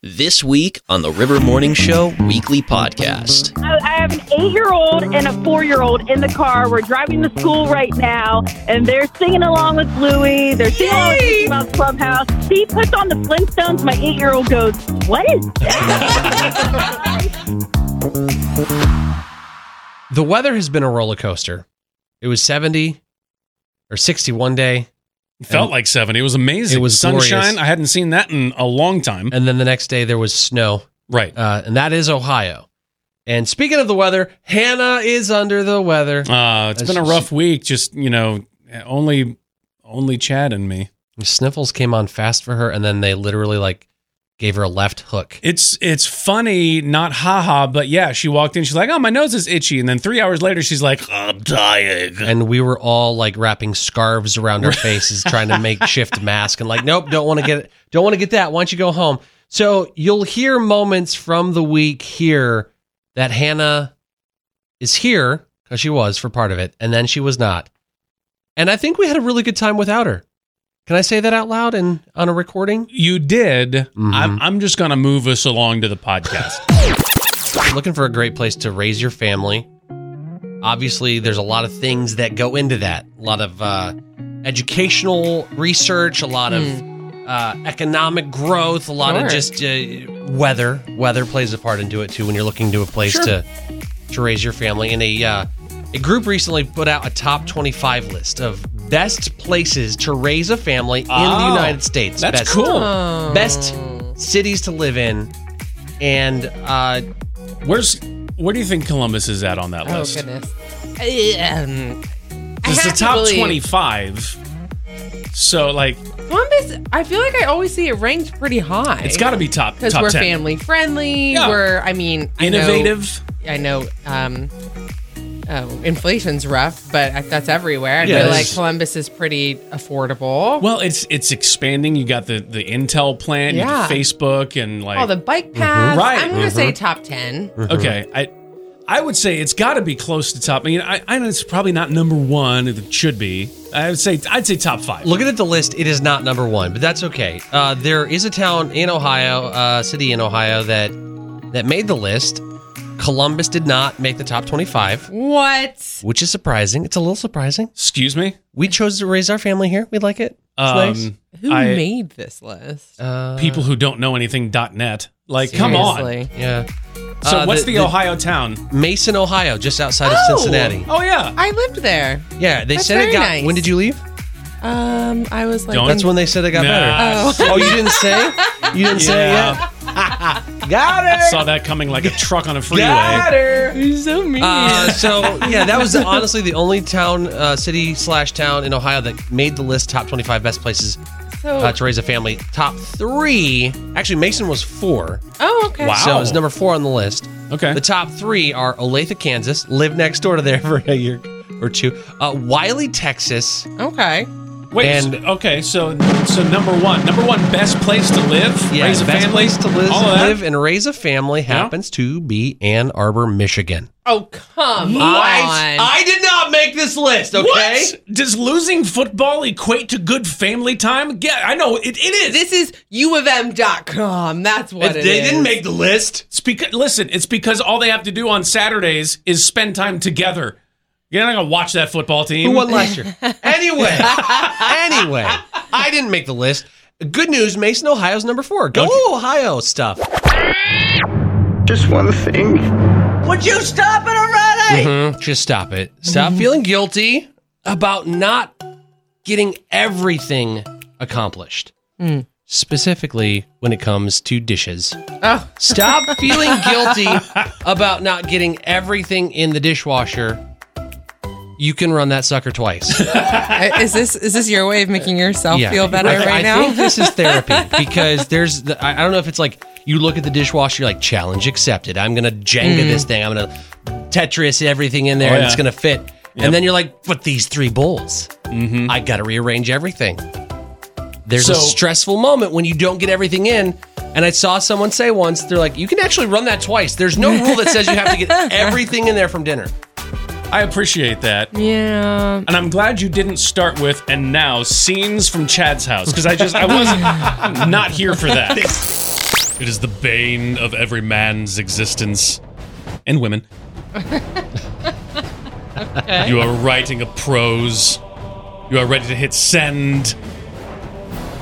This week on the River Morning Show Weekly Podcast. I I have an eight year old and a four year old in the car. We're driving to school right now, and they're singing along with Louie. They're singing along with Mickey Mouse Clubhouse. He puts on the Flintstones. My eight year old goes, What is that? The weather has been a roller coaster. It was 70 or 60 one day, It felt like 70. It was amazing. It was sunshine. glorious. I hadn't seen that in a long time. and then the next day there was snow, Right. uh, and that is Ohio. And speaking of the weather, Hannah is under the weather. Uh, it's been a rough week. Just, you know, only only Chad and me. Sniffles came on fast for her, and then they literally like gave her a left hook. It's it's funny, not haha, but yeah, she walked in, she's like, Oh, my nose is itchy. And then three hours later she's like, I'm dying. And we were all like wrapping scarves around our faces, trying to make shift mask, and like, nope, don't want to get, don't want to get that. Why don't you go home? So you'll hear moments from the week here that Hannah is here because she was for part of it, and then she was not. And I think we had a really good time without her. Can I say that out loud and on a recording? You did. Mm-hmm. I'm I'm just gonna move us along to the podcast. looking for a great place to raise your family. Obviously, there's a lot of things that go into that. A lot of uh, educational research, a lot of Hmm. uh, economic growth, a lot of Sure. just uh, weather. Weather plays a part into it too when you're looking to a place to to raise your family. And a uh, a group recently put out a top 25 list of best places to raise a family in Oh, the United States. That's Best- cool. Best cities to live in, and uh, Where's where do you think Columbus is at on that Oh list? goodness. Um, I It's the have to top believe- twenty five. So like Columbus. I feel like I always see it ranked pretty high. it's gotta be top because top we're 10. family friendly. Yeah. We're I mean I know- Innovative. I know. um, oh, inflation's rough, but I- that's everywhere. I Yeah, feel it's- like Columbus is pretty affordable. Well, it's it's expanding. You got the the Intel plant, you got Yeah. Facebook, and like All the bike paths. Mm-hmm. Right. Mm-hmm. I'm gonna say top ten. okay, I I would say it's got to be close to top. I mean, I, I know it's probably not number one. It should be. I would say I'd say top five. Looking at the list, it is not number one, but that's okay. Uh, there is a town in Ohio, uh, city in Ohio that that made the list. Columbus did not make the top twenty-five, What? which is surprising. It's a little surprising. Excuse me. Um, We chose to raise our family here. We like it. It's nice. Who I- made this list? Uh, people who don't know anything dot net. Like, come on. Seriously. yeah. So Uh, what's the, Ohio town? Mason, Ohio, just outside of Oh! Cincinnati? Oh yeah. I lived there. Yeah, they That's said it very got. nice. When did you leave? Um, I was like, Don't- That's when they said it got better. Nah, Oh, you didn't say? You didn't say it yet? Yeah. Got it. I saw that coming like a truck on a freeway. You're so mean. Uh, so yeah, that was honestly the only town, uh, city slash town in Ohio that made the list top 25 best places so, uh, to raise a family. Top three, actually Mason was four, oh, okay. Wow. so it was number four on the list. Okay. The top three are Olathe, Kansas, lived next door to there for a year or two. Uh, Wiley, Texas. Okay. Wait. And- so- okay. So so number one, number one best place to live, Yeah, raise a best family, place to live, all of that? live and raise a family happens to be Ann Arbor, Michigan. Oh, come I, on. I did not make this list. Okay. What? Does losing football equate to good family time? Yeah, I know it, it is. this is uofm.com. That's what it they didn't is. make the list. It's because listen, it's because all they have to do on Saturdays is spend time together. You're not gonna watch that football team. Who won last year? anyway, anyway, I didn't make the list. Good news, Mason, Ohio's number four. Go Ohio stuff. Just one thing. Mhm, Just stop it. Stop feeling guilty about not getting everything accomplished. Specifically, when it comes to dishes. Oh. Stop feeling guilty about not getting everything in the dishwasher. You can run that sucker twice. I- is this is this your way of making yourself Yeah. feel better I- right I now? think this is therapy because there's, the, I I don't know if it's like you look at the dishwasher, you're like, challenge accepted. I'm going to Jenga Mm. this thing. I'm going to Tetris everything in there Oh, and yeah. it's going to fit. And then you're like, but these three bowls, I got to rearrange everything. There's a Mm-hmm. So- stressful moment when you don't get everything in. And I saw someone say once, they're like, you can actually run that twice. There's no rule that says you have to get everything in there from dinner. I appreciate that. yeah. And I'm glad you didn't start with and now scenes from Chad's house because I just I wasn't not here for that. It is the bane of every man's existence and women. You are writing a prose. You are ready to hit send.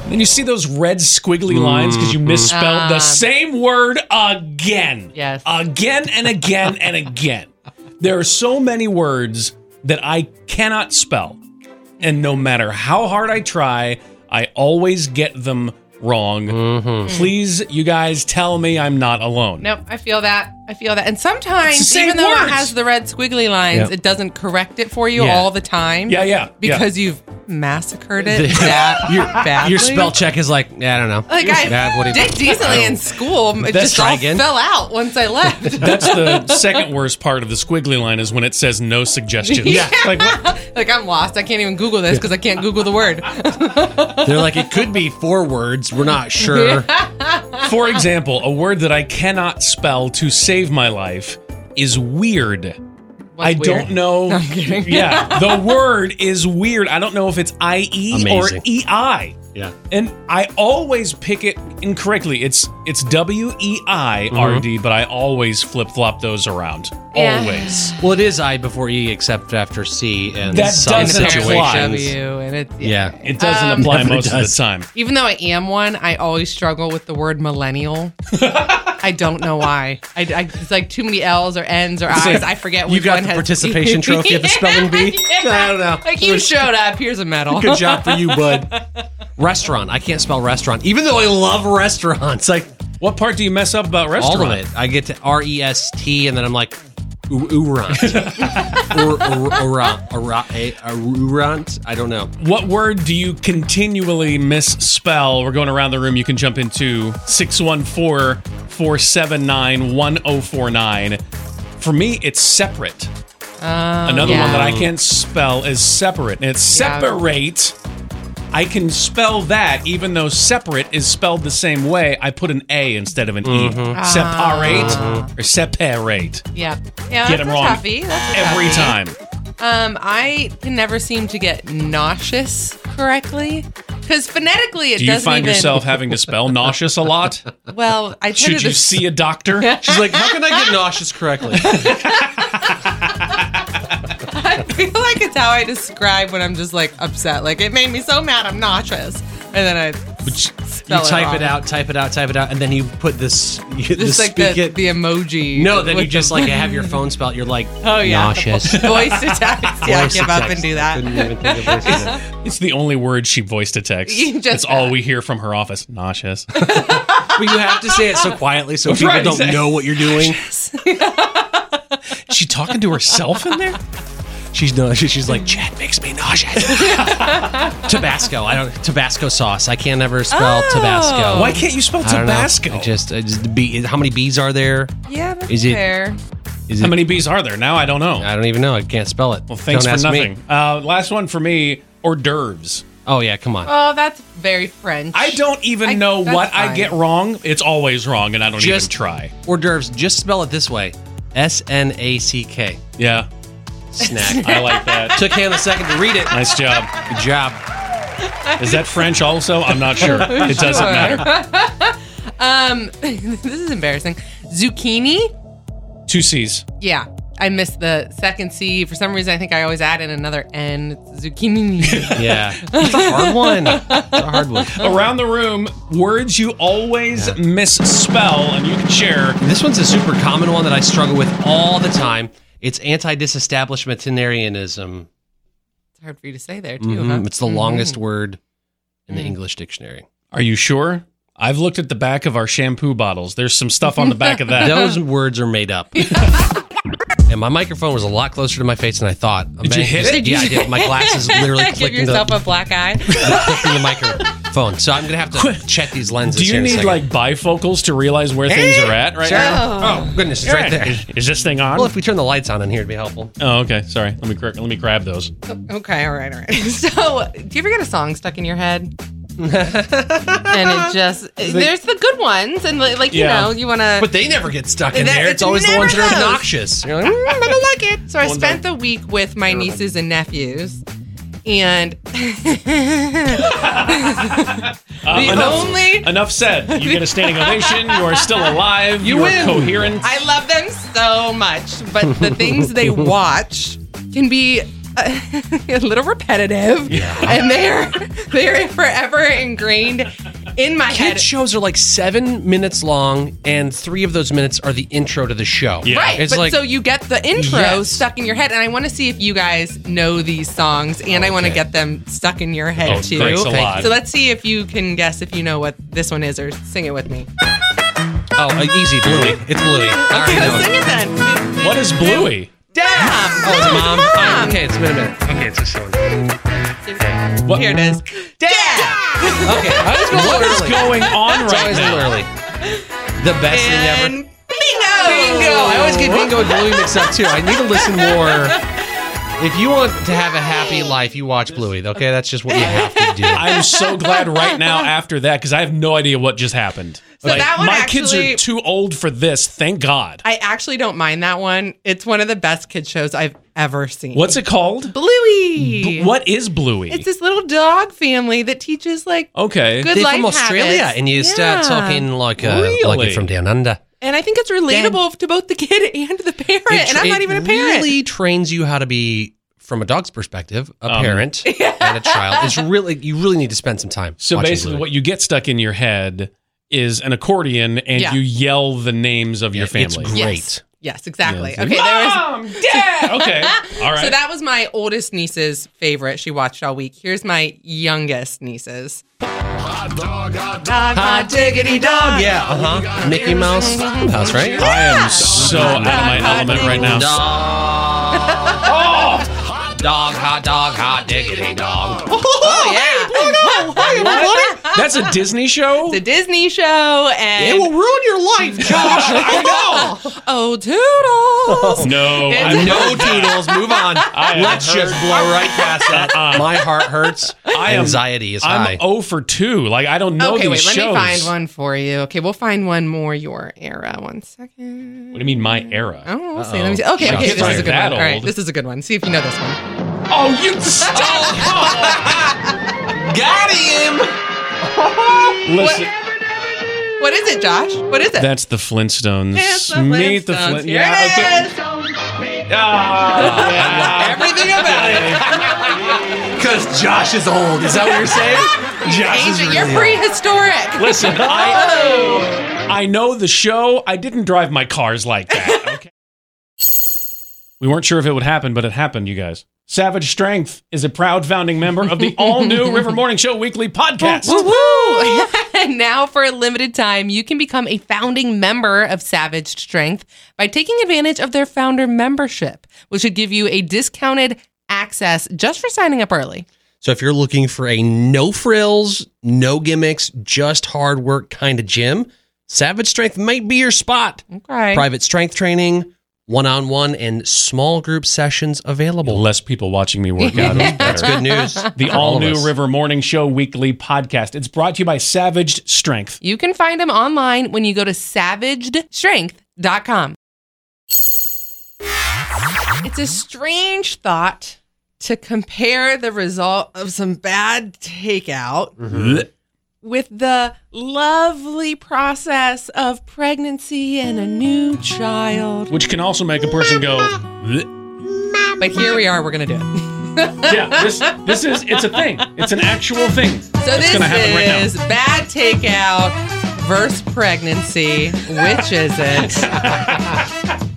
And then you see those red squiggly lines because you misspelled the Ah. same word again. Yes. Again and again and again. There are so many words that I cannot spell. And no matter how hard I try, I always get them wrong. Please, you guys, tell me I'm not alone. Nope, I feel that. I feel that. And It's sometimes, the same even though words. it has the red squiggly lines, Yeah. it doesn't correct it for you Yeah. all the time. Yeah, yeah, yeah. Because you've massacred it The- that badly. Your spell check is like, yeah, I don't know. Like Yeah, I what do you- did decently in school. It Let's just try all again. fell out once I left. That's the second worst part of the squiggly line is when it says no suggestions. Yeah. Like, what? like I'm lost. I can't even Google this because I can't Google the word. They're like, it could be four words. We're not sure. For example, a word that I cannot spell to save my life is weird. I don't know. yeah, the word is weird. I don't know if it's I E or Amazing. E I. Yeah. And I always pick it incorrectly. It's it's W E I R Mm-hmm. D, but I always flip flop those around. Yeah. Always. Well, it is I before E, except after C and That some doesn't situations. apply. W and it's Yeah. Um, It doesn't apply most of the time. Even though I am one, I always struggle with the word millennial. I don't know why. I, I- it's like too many L's or N's or I's. I forget. You Which got one the has- participation trophy at the spelling bee? I don't know. Like you showed up. Here's a medal. Good job for you, bud. Restaurant. I can't spell restaurant, even though I love restaurants. Like What part do you mess up about restaurant? all of it. I get to R E S T, and then I'm like, "Ou- oorant. Or- or- oorant. Oorant. eh, Oorant. I don't know. What word do you continually misspell? We're going around the room. You can jump into 614 479 1049. For me, it's separate. Another one Oh, yeah. that I can't spell is separate. And it's Yeah. separate. I can spell that even though separate is spelled the same way. I put an A instead of an Mm-hmm. Ah. E. Separate or separate Yeah. Yeah. Get it that's a wrong. toughie. That's a every toughie. time. Um, I can never seem to get nauseous correctly because phonetically it Do you doesn't find even. yourself having to spell nauseous a lot? well, I tend Should to you just- see a doctor? She's like, how can I get nauseous correctly? I feel like it's how I describe when I'm just like upset. Like it made me so mad, I'm nauseous, and then I Which you spell type wrong. it out, type it out, type it out, and then you put this, you, Just the like speak the, it. the emoji. no, then you with just the like have your phone spell. You're like, Oh, yeah. nauseous. voice to text. Yeah, I Voice to give up and text. do Couldn't that. even think of voice to text. It's the only word she voiced to text. You just- That's all we hear from her office. Nauseous. But you have to say it so quietly so people right, don't exactly. know what you're doing. she talking to herself in there? She's no, she- she's like Chad makes me nauseous. Tabasco, I don't Tabasco sauce. I can't ever spell Oh. Tabasco. Why can't you spell I don't know. Tabasco? I just, I just B, how many B's are there? Yeah, that's Is it- fair. Is How it? many B's are there? Now I don't know. I don't even know. I can't spell it. Well, thanks don't for ask me. nothing. Uh, last one for me hors d'oeuvres. Oh yeah, come on. Oh, that's very French. I don't even I- know that's what I fine. get wrong. It's always wrong, and I don't Just- even try. Hors d'oeuvres. Just spell it this way: S N A C K. Yeah, Snack. I like that. Took Hannah a second to read it. nice job. Good job. Is that French also? I'm not sure. It doesn't Sure. matter. Um, this is embarrassing. Zucchini. Two C's. Yeah. I missed the second C. For some reason, I think I always add in another N. It's Zucchini. Yeah, it's a hard one. It's a hard one. Around the room, words you always misspell, and you can share This one's a super common one that I struggle with all the time. It's anti-disestablishmentarianism. it's hard for you to say there, too. huh? Mhm. It's the Mhm. longest word in the English dictionary. Are you sure? I've looked at the back of our shampoo bottles. There's some stuff on the back of that. Those words are made up. and my microphone was a lot closer to my face than I thought. Did you hit it? Yeah, I did. My glasses literally Give clicked into, yourself a black eye. clicked into the microphone. So I'm gonna have to check these lenses. Do you here in a need second. like bifocals to realize where things are at right Sure. now? Oh. goodness, it's right there. Is this thing on? Well, if we turn the lights on in here, it'd be helpful. oh, okay. Sorry. Let me cor- let me grab those. Okay, all right, all right. So, do you ever get a song stuck in your head? and it just there's the good ones, and li- like Yeah. you know, you want to. But they never get stuck in That- there. It's, it's always the never ones that are those. obnoxious. You're like, I don't "Mm, like it. So I One spent the week with my nieces and nephews, And the Uh, enough, only enough said. You get a standing ovation. You are still alive. You, are win. coherent. I love them so much, but the things they watch can be uh, a little repetitive, and they're they're forever ingrained in my Kid head. shows are like seven minutes long, and three of those minutes are the intro to the show. Yeah. Right, It's but like- so you get the intro Yes. stuck in your head, and I want to see if you guys know these songs, and I want to Okay. get them stuck in your head Oh, too. thanks a lot. So let's see if you can guess if you know what this one is, or sing it with me. Oh, uh, easy, Bluey. It's Bluey. I already Okay, know it. let's sing it then. what is Bluey? Damn. Oh, it's mom. Mom. Alright, okay, it's been a minute. Okay, it's a show. Okay, What- Here it is. Dad. I was going What is early. going on It's right always now? early. The best And thing ever. bingo. Bingo. I always get Bingo and Bluey mixed up too. I need to listen more. If you want to have a happy life, you watch Bluey. Okay, that's just what you have to do. I'm so glad right now after that because I have no idea what just happened. So that one my kids actually- are too old for this. Thank God. I actually don't mind that one. It's one of the best kid shows I've ever seen. What's it called? Bluey? B- What is Bluey? It's this little dog family that teaches like Oh, okay. good They're life from Australia, habits. and you start Yeah. talking like a like Really? you're from down under. And I think it's relatable to both the kid and the parent. It and tra- I'm not it even a parent. Really trains you how to be, from a dog's perspective, a Um, parent and a child. It's really you really need to spend some time. So watching basically, Bluey. what you get stuck in your head is an accordion, and Yeah. you yell the names of your Yeah, it's family. great. Yes. Yes, exactly. Yeah. Okay, there was Dad. okay. All right. So that was my oldest niece's favorite. She watched all week. Here's my youngest niece's. Hot diggity dog. Yeah, uh huh. Mickey Mouse House, right? I am so out of my element right now. Dog, hot dog, hot diggity dog. Oh, yeah. That's a Disney show. It's a Disney show and ruin your life, Josh. I Oh Toodles. No, It's- I'm- No toodles. Move on. have Let's heard- just blow right past that. Uh-uh. My heart hurts. I am- Anxiety is high. I'm 0 for two. Like I don't know okay, these wait, shows. let me find one for you. Okay, we'll find one more your era. One second. What do you mean my era? Oh, we'll see. Uh-oh. Let me see. Okay, Shots okay, this fired. is a good That one. All right, old. this is a good one. See if you know this one. Oh, you stop! Got him. Listen, What is it, Josh? What is it? that's the Flintstones. It's the Meet the Flintstones. Flint. Here Yeah, it okay. is. Ah, Everything about it. Because Oh, Josh is old. Is that what you're saying? Josh Agent, you're prehistoric. yeah. Listen, Oh. I I know the show. I didn't drive my cars like that. Okay. we weren't sure if it would happen, but it happened, you guys. Savage Strength is a proud founding member of the all-new River Morning Show weekly podcast. And now, for a limited time, you can become a founding member of Savage Strength by taking advantage of their founder membership, which would give you a discounted access just for signing up early. So if you're looking for a no frills, no gimmicks, just hard work kind of gym, Savage Strength might be your spot. Okay. Private strength training, one on one, and small group sessions available. Less people watching me work out. is That's better. good news. The for all all of new us. River Morning Show weekly podcast. It's brought to you by Savaged Strength. You can find them online when you go to savagedstrength.com. It's a strange thought to compare the result of some bad takeout with the lovely process of pregnancy and a new child. Which can also make a person go, "Bleh." But here we are, we're going to do it. yeah, this, this is, it's a thing. It's an actual thing. So it's this going to happen right now. is bad takeout versus pregnancy. Which is it?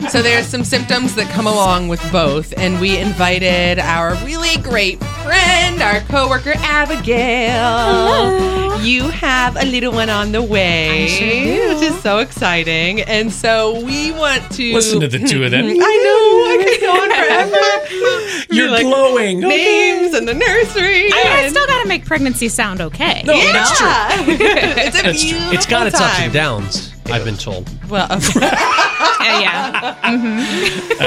so there's some symptoms that come along with both, and we invited our really great friend, our coworker Abigail. You have a little one on the way, which is so exciting. And so we want to Listen to the two of them. I know I could go on forever. You're like, glowing. Names and the nursery. I, I and- still got to make pregnancy sound okay. No, that's true. it's a That's true. beautiful It's got its ups time. and downs, I've been told. Well, okay. Yeah, yeah.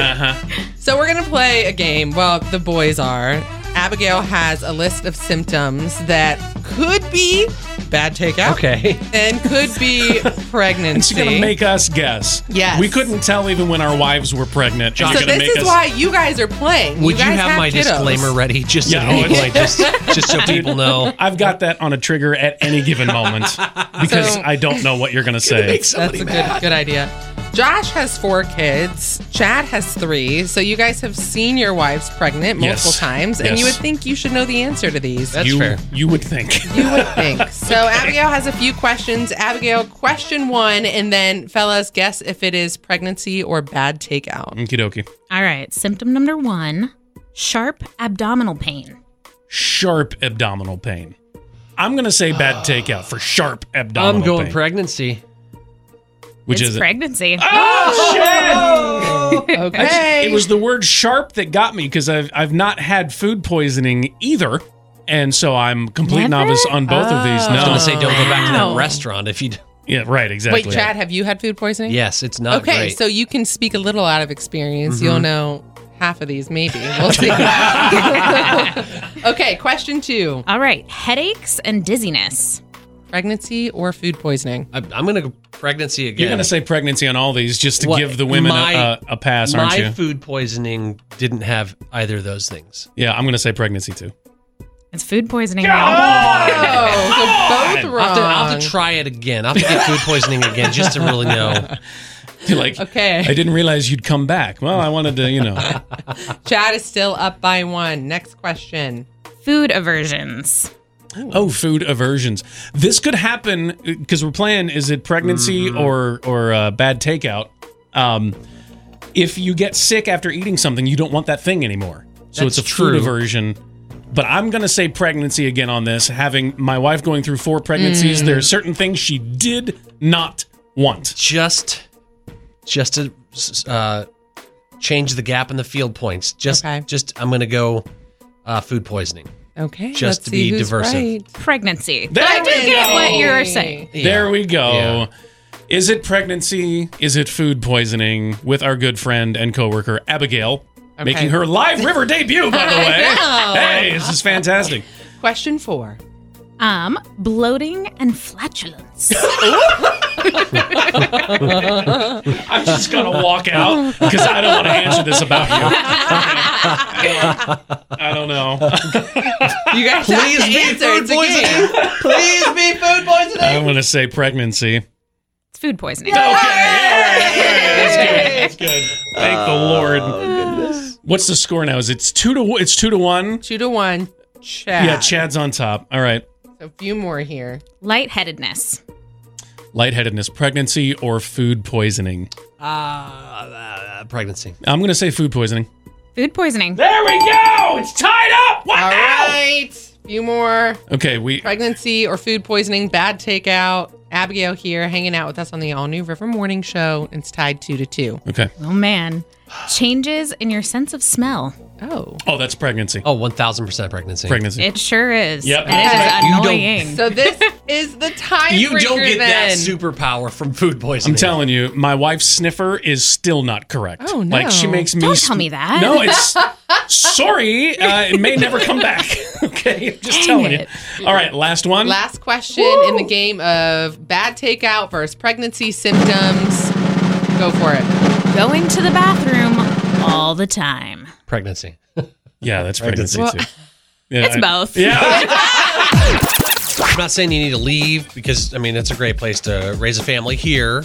so we're gonna play a game. Well, the boys are. Abigail has a list of symptoms that could be bad takeout. Okay. And could be And pregnancy. she's gonna make us guess. Yes. We couldn't tell even when our wives were pregnant. She's so gonna this make is us why you guys are playing. Would you guys have, my kiddos. disclaimer ready? Just so Yeah, oh, people, always. like, just, just so people know. I've got that on a trigger at any given moment because So- I don't know what you're gonna say. That's a good, good idea. Josh has four kids. Chad has three. So you guys have seen your wives pregnant Yes. multiple times, and you Yes. would think you should know the answer to these. That's you, fair. You would think. you would think. So Abigail has a few questions. Abigail, question one, and then fellas, guess if it is pregnancy or bad takeout. Okie dokie. All right. Symptom number one sharp abdominal pain. Sharp abdominal pain. I'm gonna say bad takeout for sharp I'm abdominal. going pain, pregnancy. Which it's is pregnancy. Okay. It was the word sharp that got me because I've I've not had food poisoning either, and so I'm complete Never? novice on both of Ah. these. No, I was going to say, don't go back to Wow. that restaurant if you. d- yeah, right, exactly. Wait, Chad, have you had food poisoning? Yes, it's not okay, great. Mm-hmm. so you can speak a little out of experience. You'll know half of these, maybe. We'll see. okay, question two All right. Headaches and dizziness. pregnancy or food poisoning? I, I'm going to go pregnancy again. You're gonna say pregnancy on all these just to What? give the women My- a, a pass, aren't my you? food poisoning didn't have either of those things. yeah, I'm gonna say pregnancy too. It's food poisoning. now. Oh, so both I'll wrong. have, to, I'll have to try it again. I'll have to get food poisoning again just to really know. You're like, Okay. I didn't realize you'd come back. Well, I wanted to, you know. Chad is still up by one. Next question. Food aversions. Oh, food aversions. This could happen because we're playing. Is it pregnancy Mm-hmm. or or uh, bad takeout? Um, if you get sick after eating something, you don't want that thing anymore. So That's it's a true. food aversion. But I'm gonna say pregnancy again on this. Having my wife going through four pregnancies, Mm. there are certain things she did not want. Just, just to uh, change the gap in the field points. Just, Okay. just I'm going to go uh, food poisoning. Okay. Just let's to see be who's diverse. Right. Pregnancy. There I do we get go. what you're saying. Yeah. There we go. Yeah. Is it pregnancy? Is it food poisoning? With our good friend and coworker Abigail, making her live river debut. By the way, I know. hey, this is fantastic. Question four. Um, bloating and flatulence. I'm just gonna walk out because I don't want to answer this about you. I don't know. You guys Please have to be answer. food It's a game. Please be food poisoning. I'm gonna say pregnancy. Okay, It's food poisoning. all right, that's good. That's good. Thank the Lord. What's the score now? Is it's two to it's two to one? Two to one. Chad. Yeah, Chad's on top. All right. A few more here. Lightheadedness. Lightheadedness, pregnancy, or food poisoning? Uh, uh, pregnancy. I'm gonna say food poisoning. Food poisoning. There we go. It's tied up. What All right. Few more. Okay, we Pregnancy or food poisoning, bad takeout. Abigail here hanging out with us on the all new River Morning Show. It's tied two to two. okay. Oh man. Changes in your sense of smell. Oh. Oh, that's pregnancy. Oh, 1000% pregnancy. Pregnancy. It sure is. Yep. And it You is don't- annoying. So this is the time. You don't get that then. superpower from food poisoning. I'm telling you, my wife's sniffer is still not correct. Oh, no. Like she makes me. Don't sn- tell me that. No, it's sorry. Uh, it may never come back. okay, I'm just Dang telling it. you. All right, last one. Last question in the game of bad takeout versus pregnancy symptoms. Go for it. Going to the bathroom all the time. Pregnancy. yeah, that's pregnancy Well- too. Yeah, It's I- both. Yeah, I'm not saying you need to leave because I mean it's a great place to raise a family here.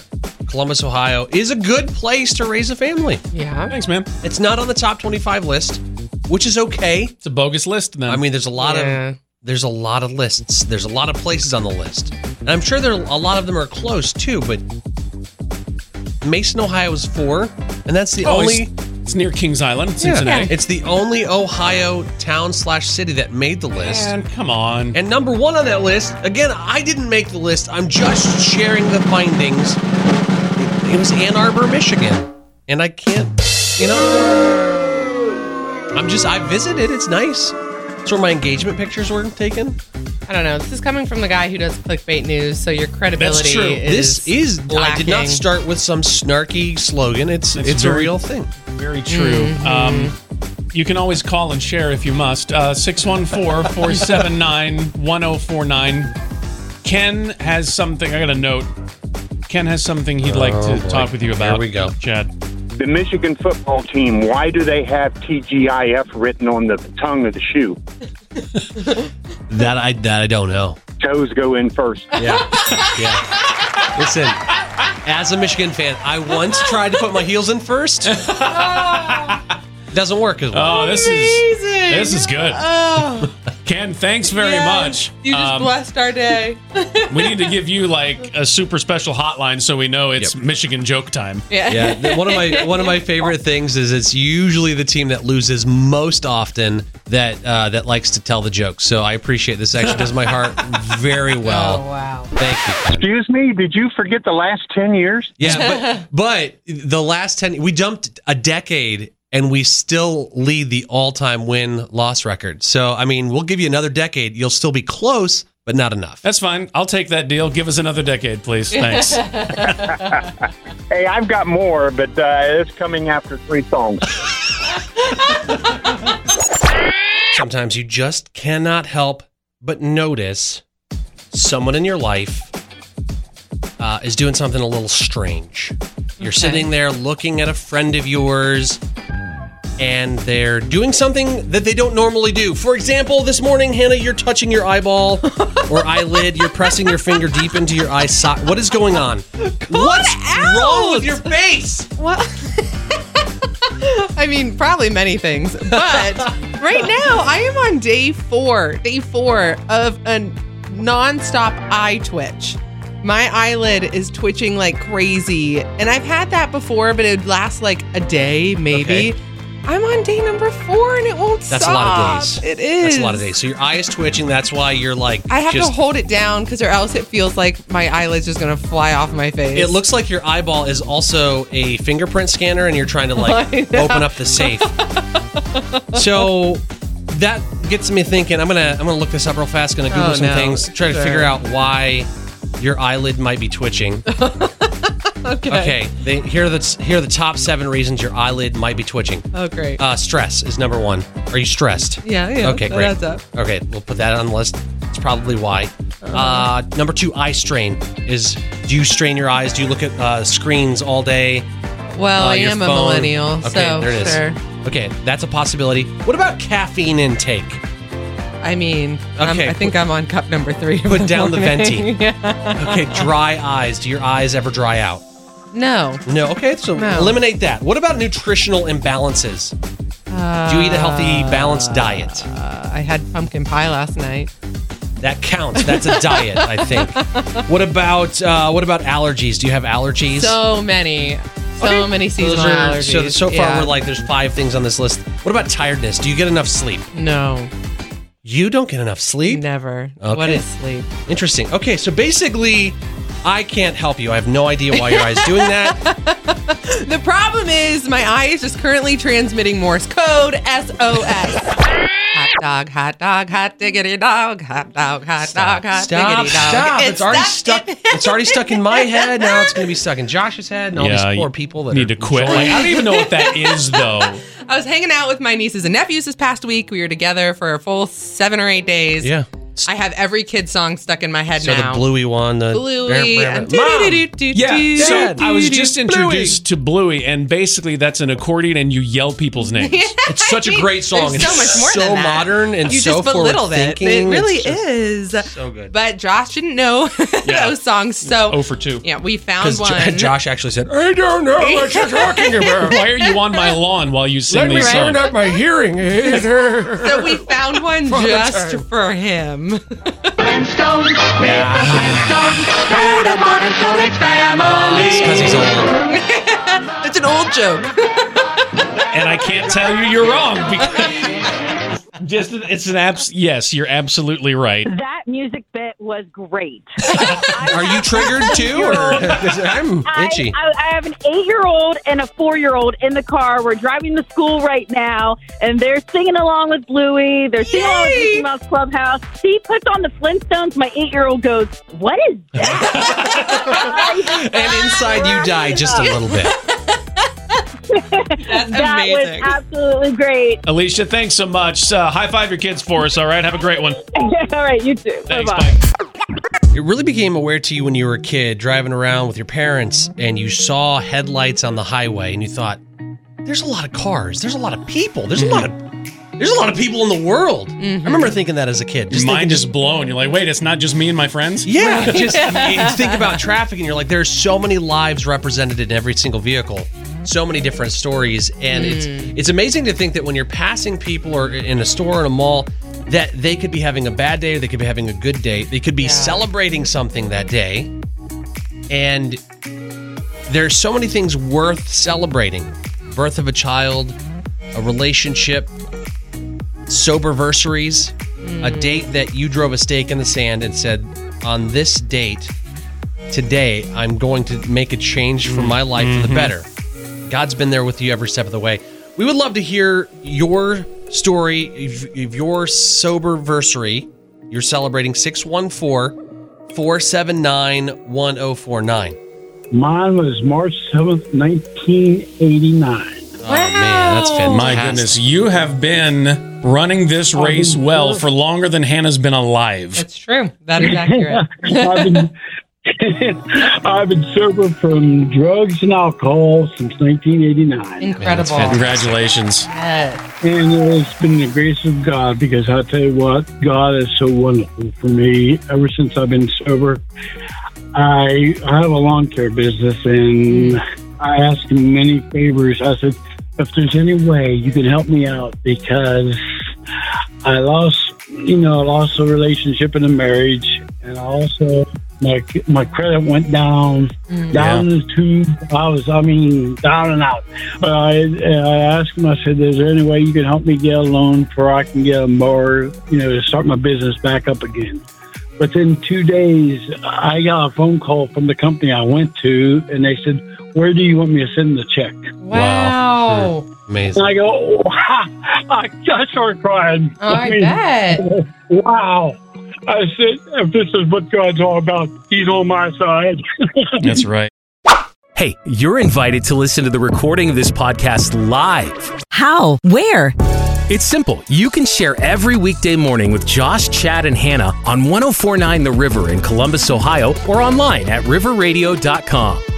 Columbus, Ohio is a good place to raise a family. Yeah. thanks, man. It's not on the top 25 list, which is okay. It's a bogus list. Then I mean there's a lot Yeah. of there's a lot of lists. There's a lot of places on the list. And I'm sure there a lot of them are close too, but Mason, Ohio is 4, and that's the Oh, only it's, it's near Kings Island, Cincinnati. It's the only Ohio town slash city that made the list. Man, come on. And number one on that list, again, I didn't make the list. I'm just sharing the findings. It was Ann Arbor, Michigan. And I can't, you know. I'm just, I visited. It's nice. It's where my engagement pictures were taken. I don't know. This is coming from the guy who does clickbait news, so your credibility That's true. is This is, I did not lacking. start with some snarky slogan. It's, It's it's, very- a real thing. Very true. Mm-hmm. Um, you can always call and Uh, share if you must. 614 479 1049. Ken has something. I got a note. Ken has something he'd like to talk with you about. Oh, we go. Chad. The Michigan football team, why do they have TGIF written on the tongue of the shoe? That I that I don't know. Toes go in first. Yeah. Yeah. Listen, as a Michigan fan, I once tried to put my heels in first. Doesn't work as well. Oh, this is Amazing. this is good. Oh, Ken. Thanks very yes. much. You just Um, blessed our day. we need to give you like a super special hotline so we know it's Michigan joke time. Yeah. Yeah, th- one of my one of my favorite things is it's usually the team that loses most often that uh, that likes to tell the jokes. So I appreciate this actually does my heart very well. Oh, wow. Thank you. Excuse me, did you forget the last 10 years? Yeah, but, but the last 10 we jumped a decade and we still lead the all-time win loss record. So I mean, we'll give you another decade, you'll still be close, but not enough. That's fine. I'll take that deal. Give us another decade, please. Thanks. Hey, I've got more, but uh, it's coming after three songs. Sometimes you just cannot help but notice someone in your life uh, is doing something a little strange. You're sitting there looking at a friend of yours and they're doing something that they don't normally do. For example, this morning, Hannah, you're touching your eyeball or eyelid, you're pressing your finger deep into your eye socket. What is going on? What's wrong with your face? Well, I mean, probably many things, but right now I am on day four, day four of a nonstop eye twitch. My eyelid is twitching like crazy, and I've had that before, but it would last like a day, maybe. I'm on day number four, and it won't That's stop. a lot of days. It is. That's a lot of days. So your eye is twitching. That's why you're like, I have just to hold it down because, or else it feels like my eyelid's just gonna fly off my face. It looks like your eyeball is also a fingerprint scanner and you're trying to like I know. open up the safe. so that gets me thinking. I'm going to I'm going to look this up real fast, going to google Oh, some no. things, try to Sure. figure out why your eyelid might be twitching. okay, they, here are the here are the top 7 reasons your eyelid might be twitching. Oh, great. Uh, stress is number 1. Are you stressed? yeah, yeah. okay, so great. That's up. Okay, we'll put that on the list. It's probably why. Uh-huh. Uh, number two, eye strain is. Do you strain your eyes? Do you look at uh, screens all day? Well, Uh, Oh, I your am a phone? millennial, Okay, so there it is. sure. Okay, that's a possibility. What about caffeine intake? I mean, I'm, Okay, I think I'm on cup number three. put down the venti. yeah. Okay, dry eyes. Do your eyes ever dry out? No. No. Okay, so No. eliminate that. What about nutritional imbalances? Do you eat a healthy, balanced diet? Uh, I had pumpkin pie last night. That counts. That's a diet, I think. What about uh, what about allergies? Do you have allergies? So many, so Okay. many Those seasonal are- allergies. So, so far, Yeah. we're like, there's five things on this list. What about tiredness? Do you get enough sleep? no, You don't get enough sleep? never. Okay. What is sleep? Interesting. Okay, so basically, I can't help you. I have no idea why your eye's doing that. The problem is my eye is just currently transmitting Morse code SOS. hot dog, hot dog, hot diggity dog, hot dog, hot Stop. dog, hot Stop. diggity dog. Stop. It's, already stuck- stuck. it's already stuck in my head. Now it's going to be stuck in Josh's head and all Yeah, these you poor people that need are to quit. enjoying- Like, I don't even know what that is though. I was hanging out with my nieces and nephews this past week. We were together for a full seven or eight days. Yeah. I have every kid song stuck in my head So now. the bluey one, the Bluey. and Mom! do-do-do-do-do. Yeah, so Dad. I was just introduced to Bluey, and basically that's an accordion, and you yell people's names. It's such a great song. There's so it's much more so than that. modern and You so just belittled it. forward-thinking. It really It's just is. So good. But Josh didn't know Yeah. those songs. So Oh for two. yeah, we found Because one. Josh actually said, I don't know what you're talking about. Why are you on my lawn while you sing Let me these turn songs? up my hearing aid. so we found one the just time. for him. because he's old. It's an old joke. And I can't tell you you're wrong. because- just it's an abs. Yes, you're absolutely right. That music bit was great. Are you triggered too? Or? I'm itchy. I, I, I have an eight-year-old and a four-year-old in the car. We're driving to school right now, and they're singing along with Bluey. They're singing along with Yay! Mickey Mouse Clubhouse. She puts on the Flintstones. My eight-year-old goes, "What is that?" and inside you die just a little bit. That's that amazing. was absolutely great. Alicia, thanks so much. Uh, high five your kids for us. All right, have a great one. All right, you too. Thanks, Bye-bye. bye. It really became aware to you when you were a kid driving around with your parents and you saw headlights on the highway and you thought, there's a lot of cars, there's a lot of people, there's a lot of there's a lot of people in the world. I remember thinking that as a kid. Just Mind is blown. You're like, wait, it's not just me and my friends. thinking- yeah, just you think about traffic and you're like, there's so many lives represented in every single vehicle, so many different stories, and it's it's amazing to think that when you're passing people or in a store in a mall, that they could be having a bad day or they could be having a good day. They could be celebrating something that day, and there's so many things worth celebrating: birth of a child, a relationship, soberversaries, a date that you drove a stake in the sand and said, on this date, today, I'm going to make a change for my life for the better. God's been there with you every step of the way. We would love to hear your story of, of your soberversary. You're celebrating 614 479 1049. Mine was March 7th, 1989. Oh, man, that's fantastic. My goodness, you have been running this race well for longer than Hannah's been alive. That's true. That is accurate. I've been, I've been sober from drugs and alcohol since 1989. Incredible. Congratulations. Yes. And it's been the grace of God because I'll tell you what, God is so wonderful for me ever since I've been sober. I, I have a lawn care business and I asked him many favors. I said, if there's any way you can help me out because I lost, you know, I lost a relationship and a marriage and also my, my credit went down, down the tube. I was, I mean, down and out. But I, and I asked him, I said, is there any way you can help me get a loan for I can get a mower, you know, to start my business back up again? Within two days, I got a phone call from the company I went to, and they said, where do you want me to send the check? Wow. Amazing. And I go, wow. I just started crying. Oh, I bet. Wow. I said, if this is what God's all about, he's on my side. That's right. Hey, you're invited to listen to the recording of this podcast live. How? Where? It's simple. You can share every weekday morning with Josh, Chad, and oh Hannah on 1049 The River in Columbus, Ohio, or online at riverradio.com.